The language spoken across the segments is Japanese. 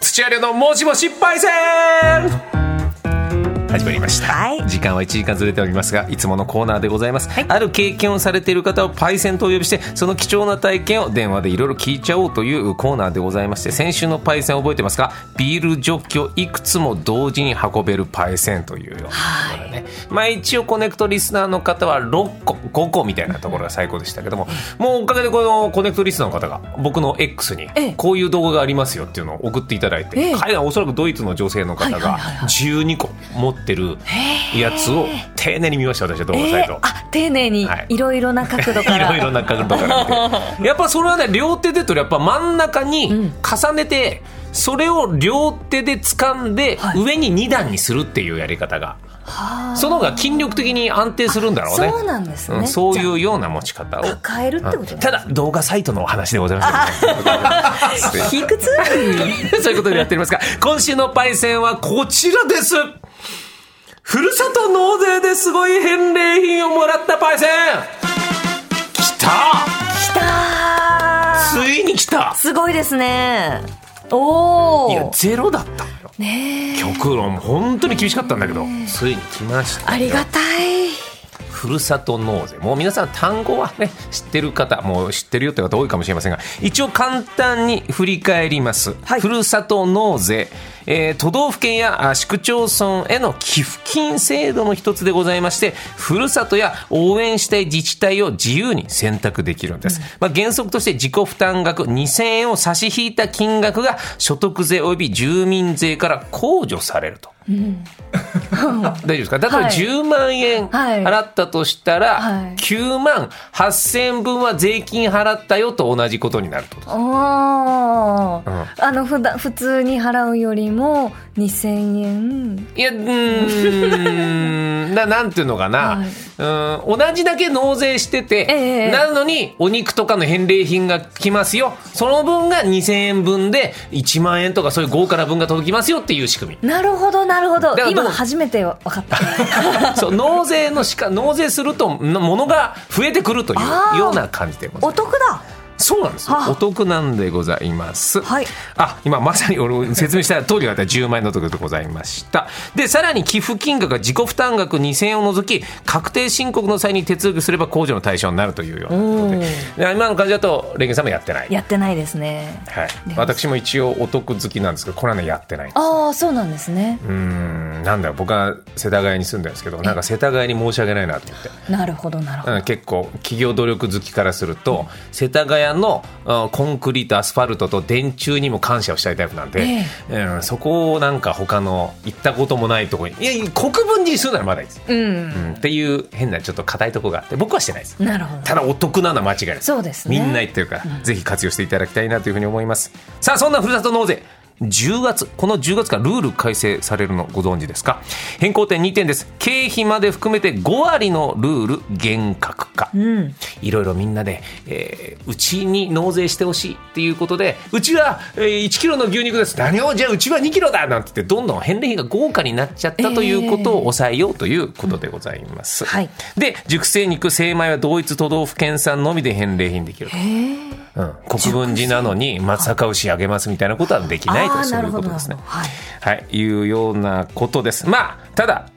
終了のもしも失敗戦始まりました、はい時間は1時間ずれておりますがいつものコーナーでございます、ある経験をされている方をパイセンとお呼びしてその貴重な体験を電話でいろいろ聞いちゃおうというコーナーでございまして先週のパイセン覚えてますかビールジョッキをいくつも同時に運べるパイセンというようなところでね、まあ一応コネクトリスナーの方は6個5個みたいなところが最高でしたけどももうおかげでこのコネクトリスナーの方が僕の X にええこういう動画がありますよっていうのを送っていただいて、ええ海外おそらくドイツの女性の方はいはいがはいはい12個持ってるやつを丁寧に見ました私は動画サイえトー、。あ丁寧にはいいろいろな角度かいら、 ろいろな角度から見てやっぱそれはね両手でとやっぱ真ん中に重ねて、それを両手で掴んで、はい上に2段にするっていうやり方がはあその方が筋力的に安定するんだろうねそうなんですね、うんそうじゃいうような持ち方をあ抱えるってことただ動画サイトのお話でござ いますけどね卑屈そういうことでやっておりますが、今週のパイセンはこちらです。ふるさと納税ですごい返礼品をもらったパイセン来たきたーついに来たすごいですねおいやお、ゼロだったのよ。ねえ極論、本当に厳しかったんだけど、ついに来ました。ありがたいふるさと納税。もう皆さん単語はね、知ってる方、もう知ってるよって方多いかもしれませんが、一応簡単に振り返ります。はいふるさと納税、えー都道府県やあ市区町村への寄付金制度の一つでございまして、ふるさとや応援したい自治体を自由に選択できるんです。まあ、原則として自己負担額2000円を差し引いた金額が所得税及び住民税から控除されると。 大丈夫ですか例えばはい10万円はい払ったとしたら、はい9万8000円分は税金払ったよと同じことになるってことおお、うんあの普段普通に払うよりも2000円いやうーん ななんていうのかな、はいうーん同じだけ納税してて、ええなのにお肉とかの返礼品が来ますよその分が2000円分で1万円とかそういう豪華な分が届きますよっていう仕 組みなるほどなるほどだからどう今初めて分かった そう納税のしか納税するとのものが増えてくるとあいうーような感じでございますお得だそうなんですよは。あお得なんでございます。はいあ、今まさに俺説明した通りだった10万円のところでございました。で、さらに寄付金額が自己負担額2000円を除き、確定申告の際に手続きすれば控除の対象になるというようなことで。で今の感じだと、レンゲさんもやってない。やってないですねはいす。私も一応お得好きなんですけど、これはね、やってない。ああそうなんですねうーん、なんだろう僕は世田谷に住んでるんですけど、なんか世田谷に申し訳ないなと思って。なるほどなるほど、うん、結構企業努力好きからすると、世田谷のうんコンクリートアスファルトと電柱にも感謝をしたいタイプなんで、うん、そこをなんか他の行ったこともないところにいやいや国分寺にするならまだいいです、うんうん、っていう変なちょっと硬いとこがあって僕はしてないですなるほどただお得なのは間違いないそうですねみんな言ってるから、ぜひ活用していただきたいなというふうに思いますさあそんなふるさと納税10月この10月からルール改正されるのご存知ですか変更点2点です経費まで含めて5割のルール厳格化、うんいろいろみんなで、えーうちに納税してほしいっていうことで、うちは、えー1キロの牛肉です。何をじゃあうちは2キロだなんて言って、どんどん返礼品が豪華になっちゃったということを抑えようということでございます。うんはいで、熟成肉、精米は同一都道府県産のみで返礼品できると。うん、国分寺なのに松阪牛あげますみたいなことはできないあとーそういうことですねなる。ほどなるはい、いうようなことです。まあ、ただ、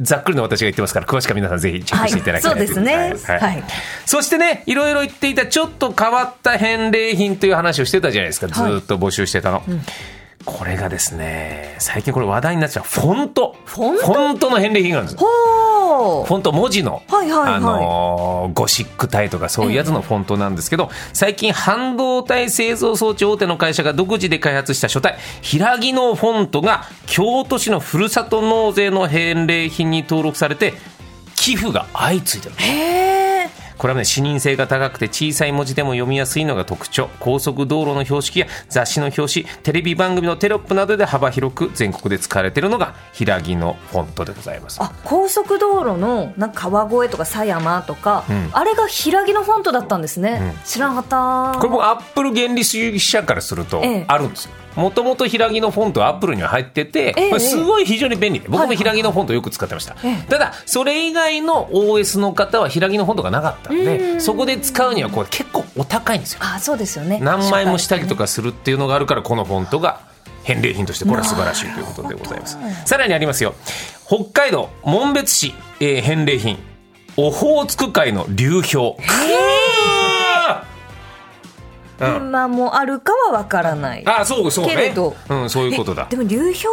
ざっくりの私が言ってますから、詳しくは皆さんぜひチェックしていただきたいはいと思いますそうですねはいそしてね、いろいろ言っていた、ちょっと変わった返礼品という話をしてたじゃないですか。ずはいーっと募集してたの。これがですね、最近これ話題になっちゃう、フォント。フォントの返礼品があるんです。ほフォント文字の、はいはいはいあのーゴシック体とかそういうやつのフォントなんですけど、最近半導体製造装置大手の会社が独自で開発した書体、平木のフォントが京都市のふるさと納税の返礼品に登録されて、寄付が相次いでる。うへえこれはね、視認性が高くて小さい文字でも読みやすいのが特徴。高速道路の標識や雑誌の表紙、テレビ番組のテロップなどで幅広く全国で使われているのが平木のフォントでございます。あ高速道路のなんか川越とか狭山とか、んあれが平木のフォントだったんですね、知らなかったこれもアップル原理主義者からするとええあるんですよ。もともと平木のフォントはアップルには入ってて、ええこれすごい非常に便利で、僕もはい平木のフォントよく使ってました。ええただ、それ以外の OS の方は平木のフォントがなかったんで、そこで使うにはこれ結構お高いんですよ。あそうですよね何枚もしたりとかかするっていうのがあるから、このフォントが返礼品としてこれは素晴らしいということでございますさらにありますよ北海道紋別市、えー返礼品オホーツク海の流氷うわーうんまあもうあるかはわからないあそうそうけれねどうんそういうことだえでも流氷って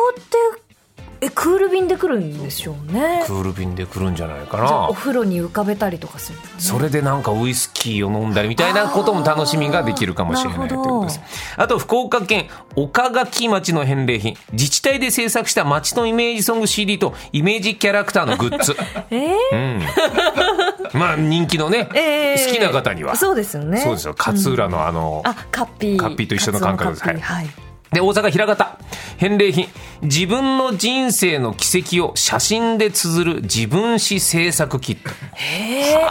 えクール便で来るんでしょうねクール便で来るんじゃないかじゃあなお風呂に浮かべたりとかするんですねそれでなんかウイスキーを飲んだりみたいなことも楽しみができるかもしれないあーということです。あと、福岡県岡垣町の返礼品。自治体で制作した町のイメージソング CD とイメージキャラクターのグ ッズ。えーうん。まあ、人気のね、えー好きな方には。そうですよねそうですよ。勝浦のあの、あカッピーカッピーと一緒の感覚ですカツオのカッピーはいで、大阪平方。返礼品。自分の人生の軌跡を写真で綴る自分史制作キット。へえ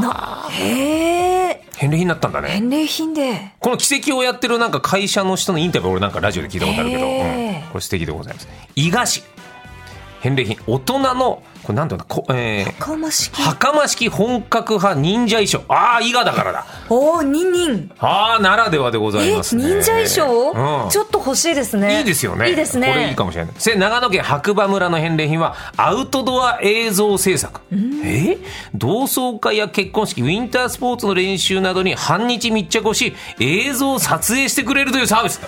なへえ返礼品になったんだね。返礼品でこの奇跡をやってるなんか会社の人のインタビュー俺なんかラジオで聞いたことあるけど、へーうんこれ素敵でございます伊賀市返礼品大人のこれなんていうのこ、えー、かましき袴式本格派忍者衣装ああ伊賀だからだおお二人ああならではでございえます忍ね者衣装、うんちょっと欲しいですねいいですよね。いいですねこれいいかもしれない。せ長野県白馬村の返礼品はアウトドア映像制作。え同窓会や結婚式、ウィンタースポーツの練習などに半日密着をし、映像を撮影してくれるというサービス。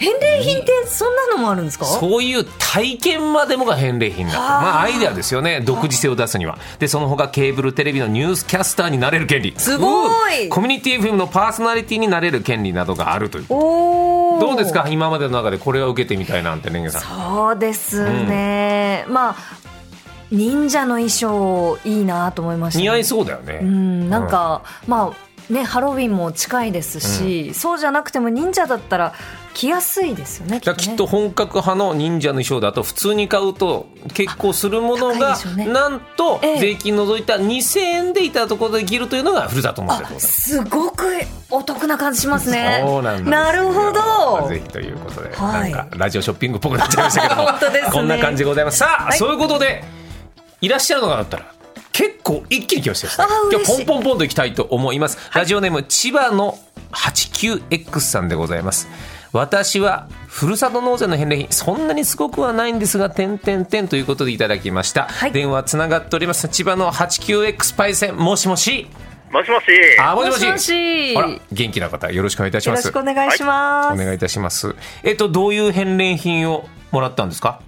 返礼品ってそんなのもあるんですかそういう体験までもが返礼品になってるはあまあアイデアですよね独自性を出すにはでその他ケーブルテレビのニュースキャスターになれる権利すごいうコミュニティ FM のパーソナリティになれる権利などがあるというおおどうですか今までの中でこれは受けてみたいなんてねんげさんそうですね、まあ忍者の衣装いいなと思いましたね、似合いそうだよね、うんなんか、まあねハロウィンも近いですし、そうじゃなくても忍者だったら着やすいですよねきだっかとらきねっと本格派の忍者の衣装だと普通に買うと結構するものがあ高いでしょうねなんとええ税金除いた2000円でいただくことができるというのがふるさと納税でございあますすごくお得な感じしますねそうなんですよるほどぜひということで、はいなんかラジオショッピングっぽくなっちゃいましたけども 本当ですねこんな感じでございますさあ、はいそういうことでいらっしゃるのがだったら結構一気に来ましたあよ、ー今嬉しい日ポンポンポンといきたいと思います、ラジオネーム千葉の 89X さんでございます私はふるさと納税の返礼品そんなにすごくはないんですが点点点ということでいただきました、はい電話つながっております千葉の 89X パイセンもしもしもしもし。あもしももししもしあら元気な方よろしくお願いいたしよまろすしくお願いします、お願いいたします。えっと、どういう返礼品をもらったんですか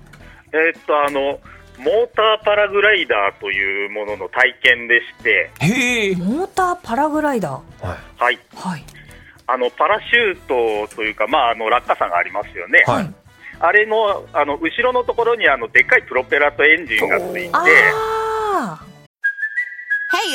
えーっと、あの、モーターパラグライダーというものの体験でして、へえ。モーターパラグライダーははい。はいあの、パラシュートというか、まあ、あの、落下傘がありますよね。い。はい。あれの、あの、後ろのところに、あの、でっかいプロペラとエンジンがついて、ああ Hey,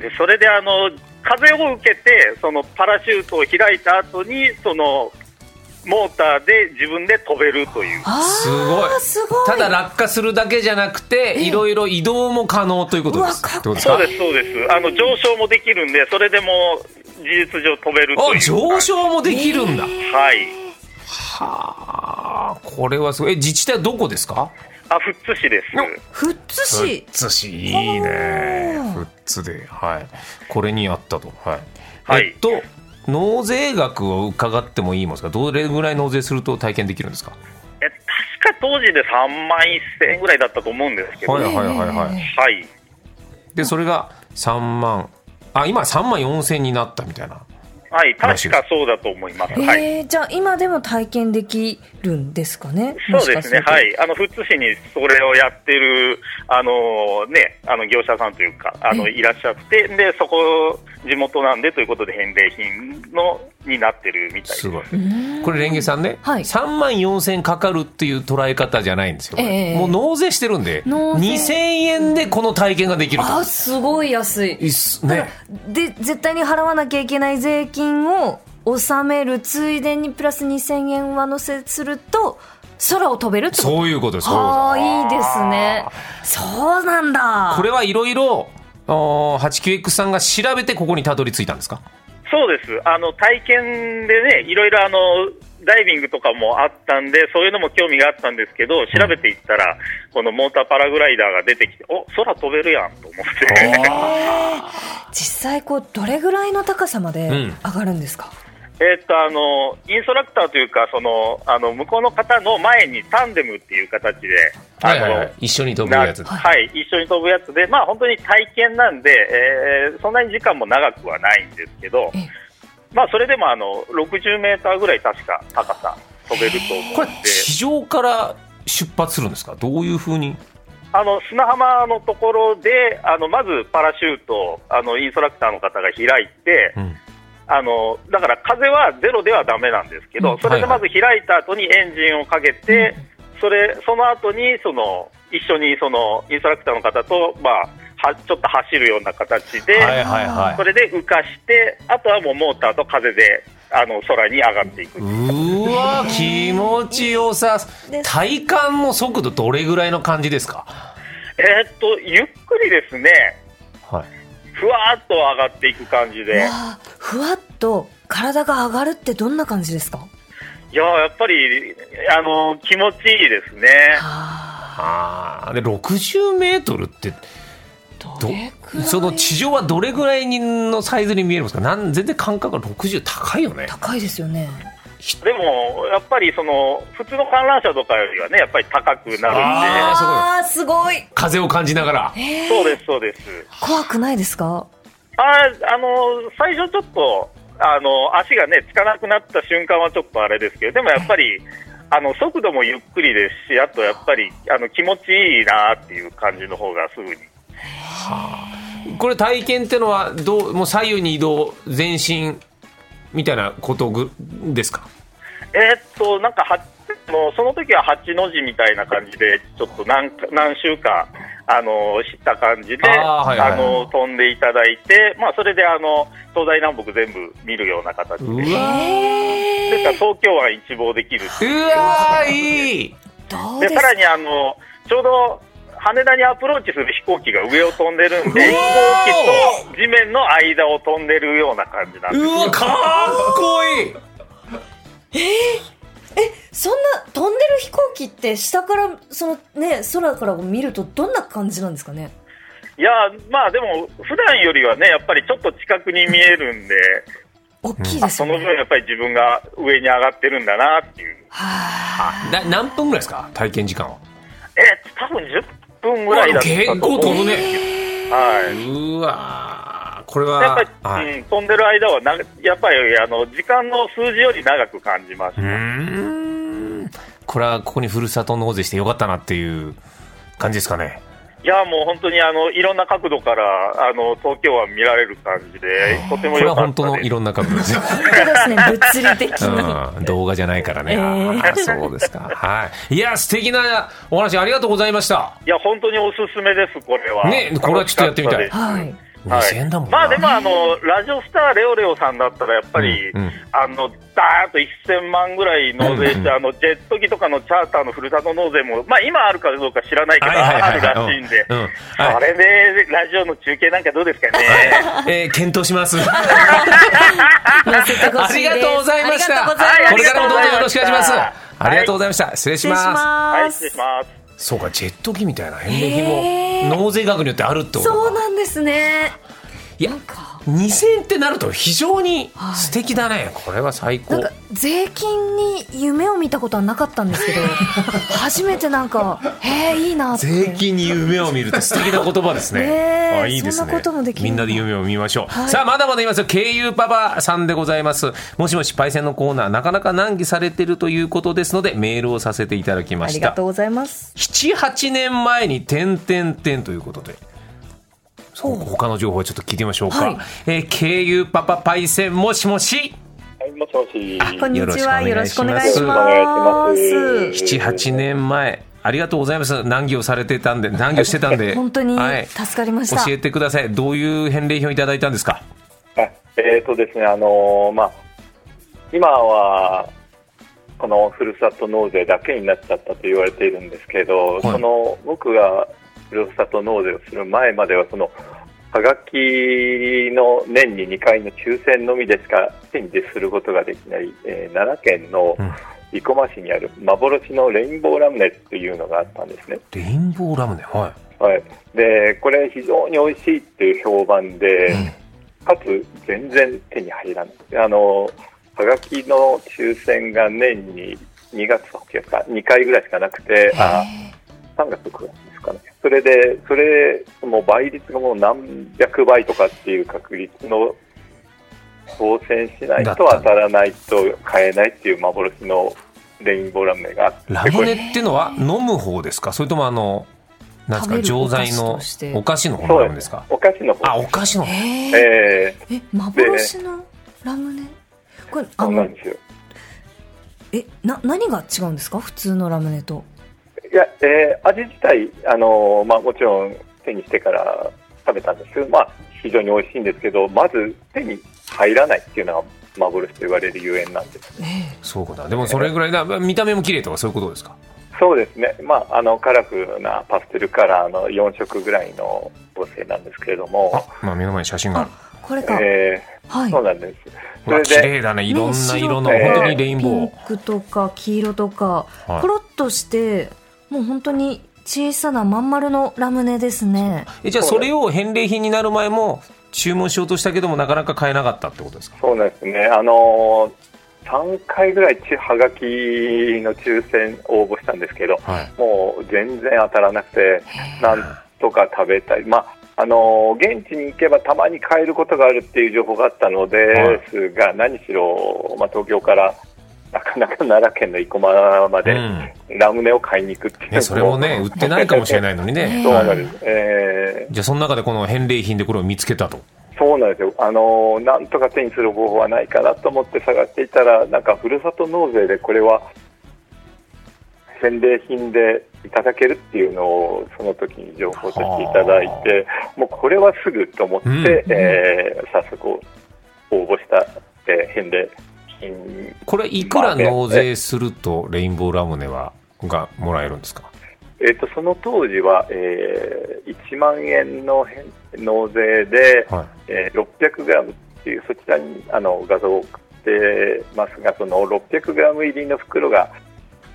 でそれで、あの、風を受けて、その、パラシュートを開いた後に、その、モーターで自分で飛べるという。すごい。すごいただ落下するだけじゃなくて、いろいろ移動も可能ということです。うわかっってことですそうかです、そうです。あの、上昇もできるんで、それでも、事実上飛べるという。あ、上昇もできるんだ。はい。はあ、これはすごい。え、自治体どこですかあ、富津市です。富津市津市、いいね。富津で、はい。これにあったと。はい。はいえっと、納税額を伺ってもいいもんですかどれぐらい納税すると体験できるんですかえ確か当時で3万1000円ぐらいだったと思うんですけど、はいはい、はいはいはい。でそれが3万あ今3万4千になったみたいなはい、らしい確ですかそうだと思います。えーはい、じゃあ今でも体験できるんですかねそうですね、はいい、あの富津市にそれをやってる、あのね、あの業者さんというか、あのいらっしゃって、で、そこ、地元なんでということで、返礼品のになってるみたいですす。ごいこれレンゲさんね、はい3万4千かかるっていう捉え方じゃないんですよ、これええもう納税してるんで納税2千円でこの体験ができるあとすごい安いいいっすねで絶対に払わなきゃいけない税金を納めるついでにプラス2000円上乗せすると空を飛べるってことそういうことです。そういうことですああいいですねそうなんだこれはいろいろおー 89X さんが調べてここにたどり着いたんですかそうです。あの、体験でね、いろいろあの、ダイビングとかもあったんで、そういうのも興味があったんですけど、調べていったら、このモーターパラグライダーが出てきて、お空飛べるやんと思って、実際こうどれぐらいの高さまでうん上がるんですか、 えっと、あの、インストラクターというか、その、あの、向こうの方の前にタンデムっていう形で、あの、一緒に飛ぶなやつ。はい、一緒に飛ぶやつで、まあ、本当に体験なんで、えーそんなに時間も長くはないんですけどええ、まあ、それでもあの60メーターぐらい確か高さ飛べるとこ思うれんで、地上から出発するんですかどういうふうにあの砂浜のところで、あのまずパラシュートをあのインストラクターの方が開いて、うんあのだから風はゼロではダメなんですけうんど、それでまず開いた後にエンジンをかけて、それその後にその一緒にそのインストラクターの方と、まあ、はちょっと走るような形で、はいはいはそれで浮かして、あとはもうモーターと風であの空に上がっていくい。うわ気持ちよさ体感の速度どれぐらいの感じですかえーっとゆっくりですね、はいふわーっと上がっていく感じで。わあふわっと体が上がるってどんな感じですかいやーやっぱり、あのー気持ちいいですね。あーで60メートルってどその地上はどれぐらいのサイズに見えるんですかなん全然感覚が60高いよね高いですよねでも、やっぱりその、普通の観覧車とかよりはね、やっぱり高くなあーすごあいーすごい風を感じながらるんで、そうです、そうです。怖くないですかあーあのー最初ちょっと、あのー足がね、つかなくなった瞬間はちょっとあれですけど、でもやっぱり、あの、速度もゆっくりですし、あとやっぱり、あの、気持ちいいなっていう感じの方がすぐに。これ体験ってのはどうもう左右に移動前進みたいなことぐですかえーっと、なんかは、もうその時は8の字みたいな感じで、ちょっと何か何週か、あの知った感じで、あーはいはいはいあの飛んでいただいて、まあ、それであの東西南北全部見るような形で、うですわから東京湾一望できるうわーいいどうででですさからにあのちょうど羽田にアプローチする飛行機が上を飛んでるんで、飛行機と地面の間を飛んでるような感じなんですうわかっこいいそんな飛んでる飛行機って下からそのね空から見るとどんな感じなんですかねいやーまあでも普段よりはねやっぱりちょっと近くに見えるんで大きいですそよね、の分やっぱり自分が上に上がってるんだなっていう。な何分ぐらいですか体験時間はえ、多分10分ぐらいだった結と構思飛うぶんですねけど。はい。うわーこれやはっぱはり、いうん、飛んでる間はな、やっぱりあの時間の数字より長く感じました。うーんこれはここにふるさと納税してよかったなっていう感じですかねいや、もう本当にあのいろんな角度からあの東京湾見られる感じで、とてこもれ良はか本った当のでいす。ろんな株ですよ本当ですね物理的なうん、動画じゃないからね、えーあーそうですかはいいや素敵なお話ありがとうございましたいや、本当におすすめです、これは。ねこれはちょっとやってみたい楽しかっはいたです2000円だもんな、まあでもあの、ラジオスターレオレオさんだったら、やっぱり、うんうんあのダーッと1000万ぐらい納税して、あのジェット機とかのチャーターのふるさと納税も、まあ、今あるかどうか知らないけど、はいはいはいはいあるらしいんで、うんうんはいそれでラジオの中継なんかどうですかね。えー検討します乗せてほあしりいですがとうございましたありがとうございましたこれからもどうぞよろしくお願いします、はいありがとうございました失礼しますはい、失礼します。そうかジェット機みたいな返礼品も納税額によってあるってことかそうなんですねいや2000円ってなると非常に素敵だね、これは最なん高か税金に夢を見たことはなかったんですけど初めてなんかへえいいなって税金に夢を見るって素敵な言葉ですね。ねえあいいですね。そんなこともできるみんんなだで夢を見ましょう。さあ、まだまだいますよ。KU パパさんでございます。もしもし、パイセンのコーナー、なかなか難儀されてるということですので、メールをさせていただきまありしがたと。うございます7、8年前に点々点ということで。そう他の情報をちょっと聞いてみましょうか。はいえー KU パパパイセン、もしもし。はい、もしもし。こんにちはよよろろししくくおお願願いいししままお願いしますす7、8年前。ありがとうございます。難儀をされてたんで、難儀をしてたん で。本当にはい助かりまし教た、えてください。どういう返礼品をいただいたんですか。あえっ、とですね、あのーまあ、今は、このふるさと納税だけになっちゃったと言われているんですけど、いその僕がふるさと納税をする前まではそのはがきの年に2回の抽選のみでしか手にすることができない、えー奈良県のうん生駒市にある幻のレインボーラムネっていうのがあったんですね。レインボーラムネははい、でこれ非常に美味しいっていう評判で、かつ全然手に入らないあのはがきの抽選が年に2月8月か2回ぐらいしかなくてあ3月9月ですかねそれでそれもう倍率がもう何百倍とかっていう確率の当選しないと当たらないと買えないっていう幻のレインボーラムネがあっいてラムネっていうのは飲む方ですかそれともあのなんですか食べる錠お菓剤子のとしてお菓子の方このラれムネですかお菓子の方あお菓子の方えー、えーえ幻のラムネこれあそうなのんですよえな何が違うんですか普通のラムネといや、えー味自体、あのーまあ、もちろん手にしてから食べたんですけど、まあ、非常に美味しいんですけど、まず手に入らないっていうのが幻と言われるゆえんなんです。そうかなでもそれぐらいだ見た目も綺麗とかそういうことですかそうですね、まあ、あのカラフルなパステルカラーの4色ぐらいの構成なんですけれども、あ、まあ、目の前に写真があるあこれか、えはーいそうなんです。うわ綺それで、麗だねいろんな色のね白と本当にレインボーピンクとか黄色とか、はいコロッとしてもう本当に小さなまん丸のラムネですねえじゃあそれを返礼品になる前も注文しようとしたけどもなかなか買えなかったってことですかそうなんですね、あのー、3回ぐらいちはがきの抽選応募したんですけど、はいもう全然当たらなくて、なんとか食べたい、まああのー現地に行けばたまに買えることがあるっていう情報があったのですが、何しろ、まあ、東京からなかなか奈良県の生駒までうんラムネを買いに行くっていう、ねそれもね売ってないかもしれないのに ねそうなんです、えじゃあその中でこの返礼品でこれを見つけたとーそうなんですよ、あのーなんとか手にする方法はないかなと思って探していたら、なんかふるさと納税でこれは返礼品でいただけるっていうのをその時に情報としていただいてもうこれはすぐと思って、うんえー早速応募した、えー返礼品これいくら納税するとレインボーラムネはがもらえるんですかえっとその当時は、えー1万円の返納税で、はえー 600g っていうそちらにあの画像を送ってますがその 600g 入りの袋が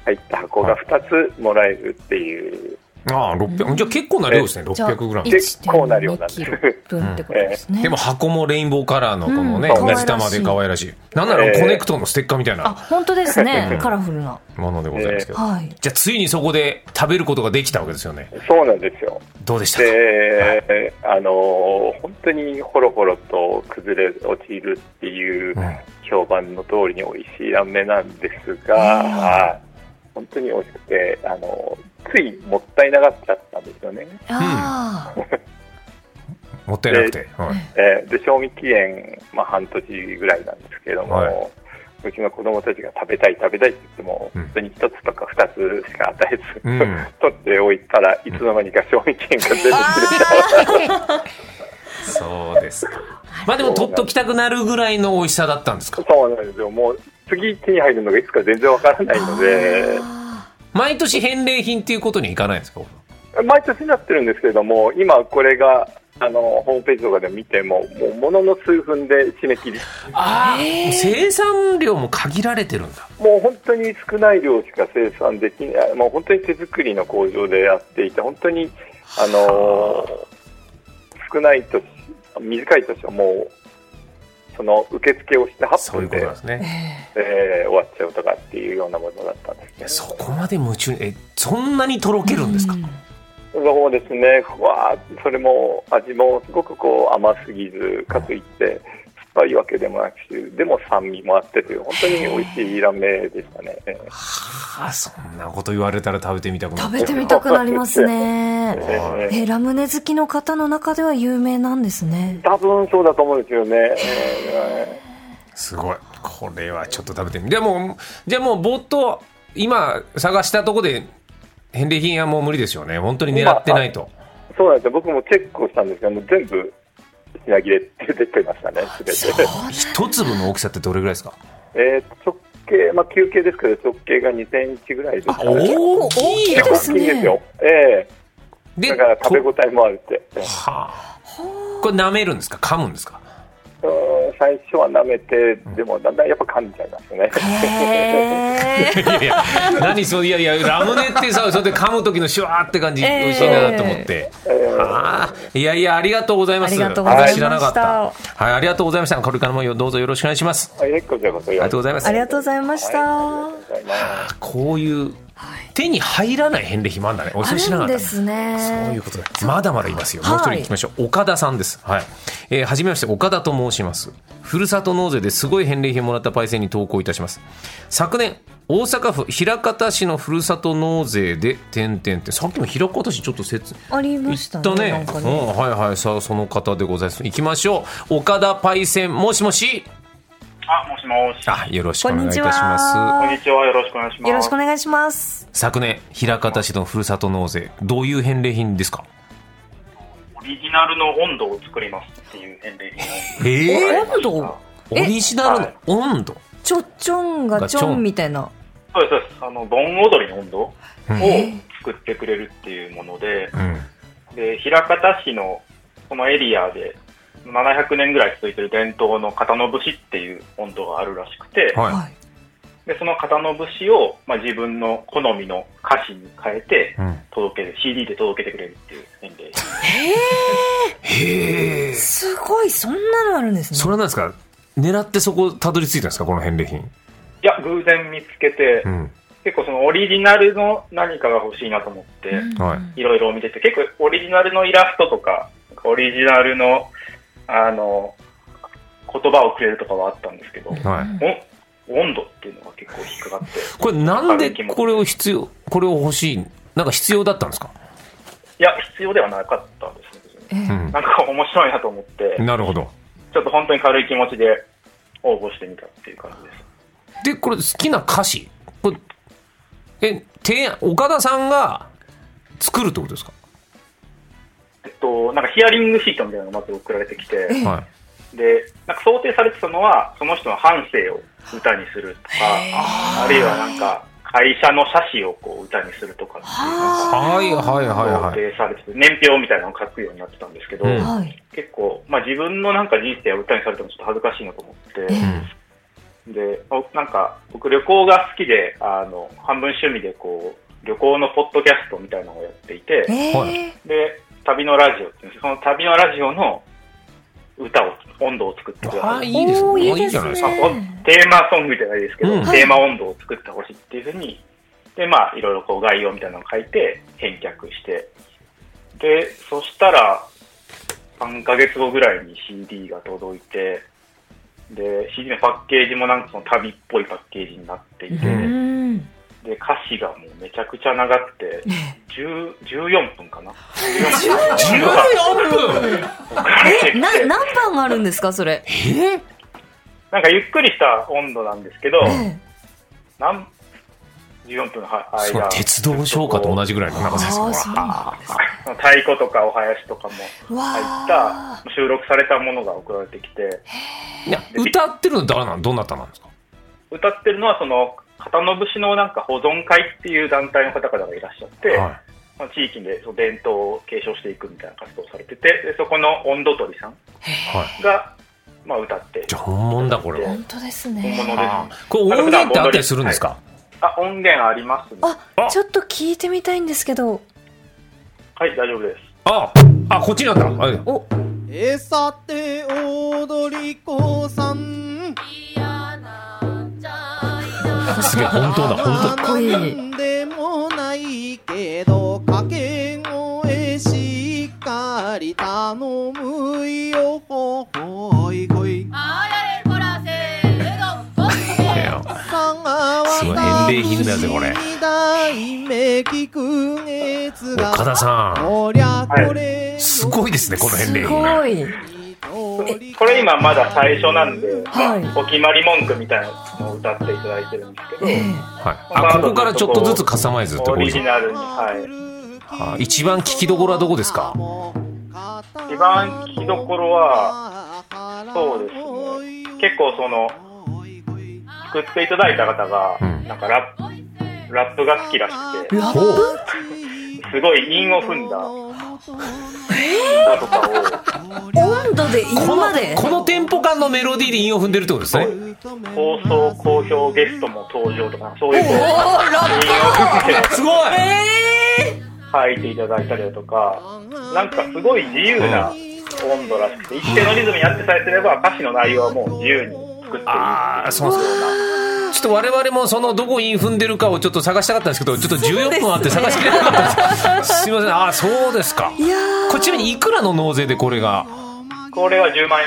入った箱が2つもらえるっていいう。ああ600じゃあ結構な量ですねじゃあ 600g 結構な量なんです1.2キロ分ってことですね、でも箱もレインボーカラーのこのねうん水玉で可愛らしいなんならコネクトのステッカーみたいあな本当です うんねカラフルなものでございますけどはいじゃあついにそこで食べることができたわけですよねそうなんですよ。どうでしたか で、あのー本当にほろほろと崩れ落ちるっていううん評判の通りに美味しいラムネなんですが、はい本当に美味しくて、あのーついもったいながっちゃったんですよね。ああ、もったいなくてはいえーで賞味期限、まあ、半年ぐらいなんですけれども、はうちの子供たちが食べたい食べたいって言っても、うん本当に一つとか二つしか与えず、うん 取っておいたらいつの間にか賞味期限が全部切れそうですか。まあでも取っときたくなるぐらいの美味しさだったんですか。そうなんですよ。もう次手に入るのがいつか全然わからないので、毎年返礼品っていうことにいかないんですか。毎年になってるんですけれども、今これが、あの、ホームページとかで見ても、もうものの数分で締め切り。ああ、生産量も限られてるんだ。もう本当に少ない量しか生産できない、もう本当に手作りの工場でやっていて、本当に、あの、少ない年、短い年はもう、その受付をして8そういう分ことでなんですね。えー終わっちゃうとかっていうようなものだったんですいやそこまで夢中にえそんなにとろけるんですか。そうですね、ふわーそれも味もすごくこう甘すぎず、かといって酸っぱいわけでもなくし、でも酸味もあってという、本当に美味しいラムネでしたね。ああそんなこと言われたら食べてみたくなっ食ちゃうべてみたくなります ね。えーえラムネ好きの方の中では有名なんです ね。多分そうだと思うんですよね。えすごい。これはちょっと食べてみ。でもじゃあもうぼーっと今探したとこで返礼品はもう無理ですよね。本当に狙ってないと。ーそうなんですよ、僕もチェックをしたんですけど、もう全部品切れって出てましたね、すべて。一粒の大きさってどれぐらいですか。 えー、直径、まあ、球形ですけど、直径が2センチぐらいですから、結大きいあなお構で大すきいねんですよ。ええでだから食べこ応えもあるって。ええはあこれ舐めるんですか噛むんですかうん最初は舐めて、でもだんだんやっぱ噛んじゃいますね。へーいやいや何そういやいやラムネってさそれで噛む時のシュワーって感じ、ええ美味しいなと思って、ああいやいやありがとうございますありがとうございました知らなかったはいありがとうございましたこれからもよどうぞよろしくお願いしますあはいえこちらこそりよがろしとうごくざいますありがとうございました。はいありがとうございます。こういう手に入らない返礼品もあんだね。おあ寿司なるかんった、ですね。そういうことだ。まだまだいますよ。もう一人はい行きましょう。岡田さんです。はい。えー、はじめまして、岡田と申します。ふるさと納税ですごい返礼品をもらったパイセンに投稿いたします。昨年、大阪府枚方市のふるさと納税で、点々って、さっきも枚方市ちょっと説あり言ましったたね。ね。なんかうねん、はいはい。さあ、その方でございます。行きましょう。岡田パイセン、もしもし。あ、もしもし。あ、よろしくこおん願いいにたちします。こんは。にちは。よろしくお願いします。よろしくお願いします。昨年枚方市のふるさと納税どういう返礼品ですかオリジナルの温度を作りますっていう返礼品え温度オリジナルのえ温度ちょっちょんがちょんみたいな。を。そうです、そうです。あの、盆踊りの温度をうん作ってくれるっていうもので、うんで、枚方市のこのエリアで、700年ぐらい続いてる伝統の型の節っていう温度があるらしくて、ははい。でその型の節を、まあ、自分の好みの歌詞に変えい、てうん、届ける、CD で届けてくれるっていう返礼品。へえすごい、そんなのあるんですね。それはなんですか狙ってそこたどり着いたんですかこの返礼品、いや、偶然見つけて、うん、結構そのオリジナルの何かが欲しいなと思って、はいいろいろ見てて、結構オリジナルのイラストとか、オリジナルの、あの、言葉をくれるとかはあったんですけど、はいお温度っていうのが結構引っかかって、これなんでこれを必要これを欲しいなんか必要だったんですか、いや、必要ではなかったんですね別に。ええうんなんか面白いなと思って、なるほどちょっと本当に軽い気持ちで応募してみたっていう感じでです。これ好きな歌詞これえ提案岡田さんが作るってことですか、えっと、なんかヒアリングシートみたいなのがまず送られてきて、はいで、なんか想定されてたのは、その人の半生を歌にするとか、あるいはなんか、会社の写真をこう歌にするとかっていうのはいはいはいが想はい定されてて、年表みたいなのを書くようになってたんですけど、うんはい。結構、まあ自分のなんか人生を歌にされてもちょっと恥ずかしいなと思って、で、おなんか僕旅行が好きで、あの、半分趣味でこう、旅行のポッドキャストみたいなのをやっていて、えはえ。で、旅のラジオっていうんですその旅のラジオの歌を、温度を作ってくだあさあい。いいですおーねいあいですねいいじゃないですまかあほんテーマソングじゃないですけど、うんテーマ温度を作ってほしいっていうふうに、で、まあ、いろいろこう概要みたいなのを書いて、返却して、で、そしたら、3ヶ月後ぐらいに CD が届いて、で、CD のパッケージもなんかその旅っぽいパッケージになっていて、うんうん。で、歌詞がもうめちゃくちゃ長くて、10 14分かな。14分14分え、な、何番あるんですか、それ。えなんかゆっくりした温度なんですけど、えなん14分のはすごい間、鉄道消化と同じぐらいの長さですねああ、そうなんですね。太鼓とかお囃子とかも入わあった、収録されたものが送られてきて、いや歌ってるの誰なんどなたなんですか歌ってるのはその、片野節のなんか保存会っていう団体の方々がいらっしゃって、はその地域でその伝統を継承していくみたいな活動をされてて、でそこの温度鳥さんいはいが、まあ、歌ってじゃ、あ本物だこれは本当です本ね。物あです。ーこれ音源ってあったりするんですかあ、音源ありますね。あ、ちょっと聞いてみたいんですけど。はい、大丈夫です。あああこっちにあったはいお、えさて踊り子さんすげえ本当だ本っこいいなんでもないけど掛け声しっかり頼むよほほいこい当だよさあすごい返礼品だぜこれ私代目聞く月が岡田さこりゃこれんすごいですねこの返す礼ご品い。これ今まだ最初なんで、はいまあ、お決まり文句みたいなのを歌っていただいてるんですけど、ええはいあここからちょっとずつカスタマイズってこオとリですジねナルに、はい。あ一番聞きどころはどこですか一番聞きどころははそうですね結構その作っていただいた方が、うんなんかラップラップが好きらしくて、ラッすごい韻を踏んだ歌とかを、温度で今までこのテンポ感のメロディーで韻を踏んでるってことですね。放送公表ゲストも登場とか、そういうこう、韻を踏んで、すごい書いていただいたりだとか、なんかすごい自由な温度らしくて、一定のリズムやってさえすれば、歌詞の内容はもう自由に作っていいっていう。ああ、そうなんですよちょっと我々もそのどこ韻踏んでるかをちょっと探したかったんですけど、ちょっと14分あって探しきれなかったです。すいません。ああ、そうですか。これちなみにいくらの納税でこれが。これは10万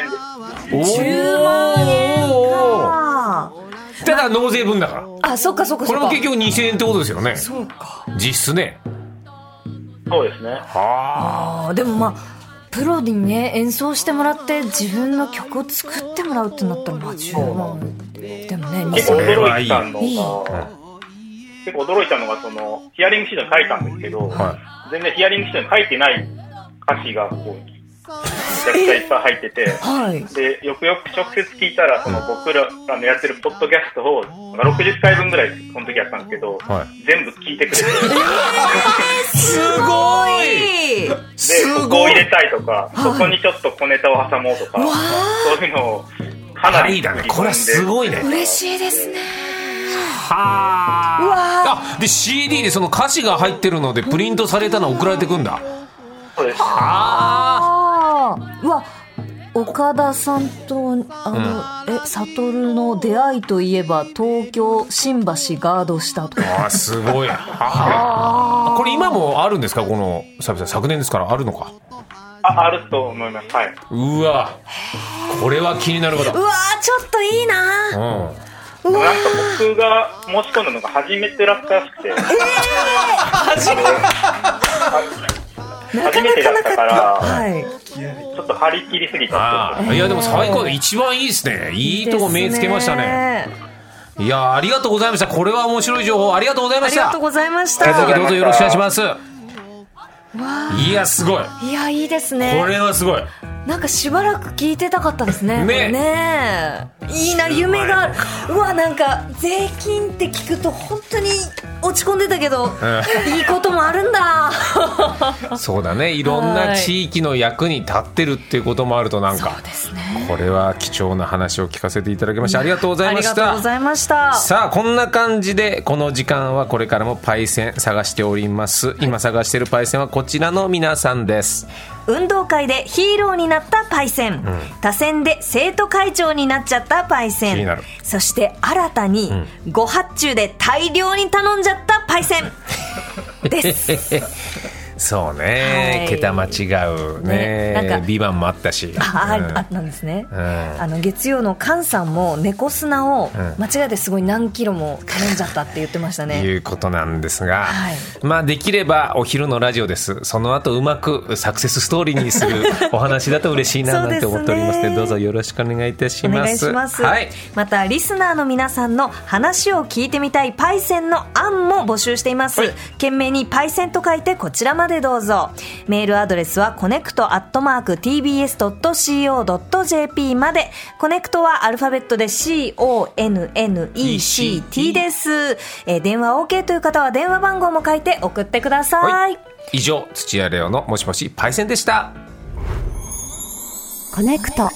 円です。 10万円あただ納税分だから。ーあそっかそっかこそれっもか結局2000円ってことですよね。そうか実質ね。そうですね。はあ。あーでもまあプロにね演奏してもらって自分の曲を作ってもらうってなったらまあ10万でもね結2000そ構れは驚いいいたのが、いい結構驚いたのが、その、ヒアリング資料に書いたんですけど、は全然ヒアリング資料に書いてない歌詞が、こう、めちゃくちゃいっぱい入ってて、はいで、よくよく直接聞いたら、その僕らのやってるポッドキャストを、まあ60回分ぐらい、この時やったんですけど、は全部聞いてくれて、すごいで、すここをご入いれたいとか、そこにちょっと小ネタを挟もうとか、そういうのを、かなはいりだね。これはすごいね。嬉しいですねはあ。あ、で CD でその歌詞が入ってるのでプリントされたの送られてくんだ。そうです。あああ。あうわ岡田さんとあの、え悟の出会いといえば東京新橋ガードしたとかあーすごい。はあ。これ今もあるんですかこのサビさん昨年ですからあるのか。あ、あると思います。はい。うわ。これは気になるこうと。わーちょっといいなうん。なんか僕が申し込んだのが初めてだったらしくて。初めてだったから、はいちょっと張り切りすぎたああ。いやでも最高で一番いいですね。いいとこ目つけましたね。ですねいやーありがとうございました。これは面白い情報ありがとうございまあしりたがとう。ございまし引き続きたどうぞよろしくお願いします。いやすごい。いやいいですこねれはすごい。なんかしばらく聞いてたかったですねねえいいな夢があるうわなんか税金って聞くと本当に落ち込んでたけどいいこともあるんだそうだねいろんな地域の役に立ってるっていうこともあるとなんそうかですねこれは貴重な話を聞かせていただきましてありがとうござあいまりしがとうござたいましたさあこんな感じでこの時間はこれからもパイセン探しております今探してるパイセンはこちらの皆さんです運動会でヒーローになったパイセン、多選で生徒会長になっちゃったパイセ気になンるそして新たにご発注で大量に頼んじゃったパイ センです、そうね、はい桁間違うねねなんかビバンもあったしあうんああなんですね、んあの月曜の菅さんも猫砂を間違えてすごい何キロも頼んじゃったって言ってましたねいうことなんですが、はいまあできればお昼のラジオですその後うまくサクセスストーリーにするお話だと嬉しいなそうなんですてね思っておりますのでどうぞよろしくお願いいたしおま願すいします、はいまたリスナーの皆さんの話を聞いてみたいパイセンの案も募集しています、はい懸命にパイセンと書いてこちらまでどうぞメールアドレスはコネクトアットマーク TBS.CO.JP までコネクトはアルファベットで CONNECT です、えー電話 OK という方は電話番号も書いて送ってくださ、はいい以上土屋レオのもしもしパイセンでしたコネクト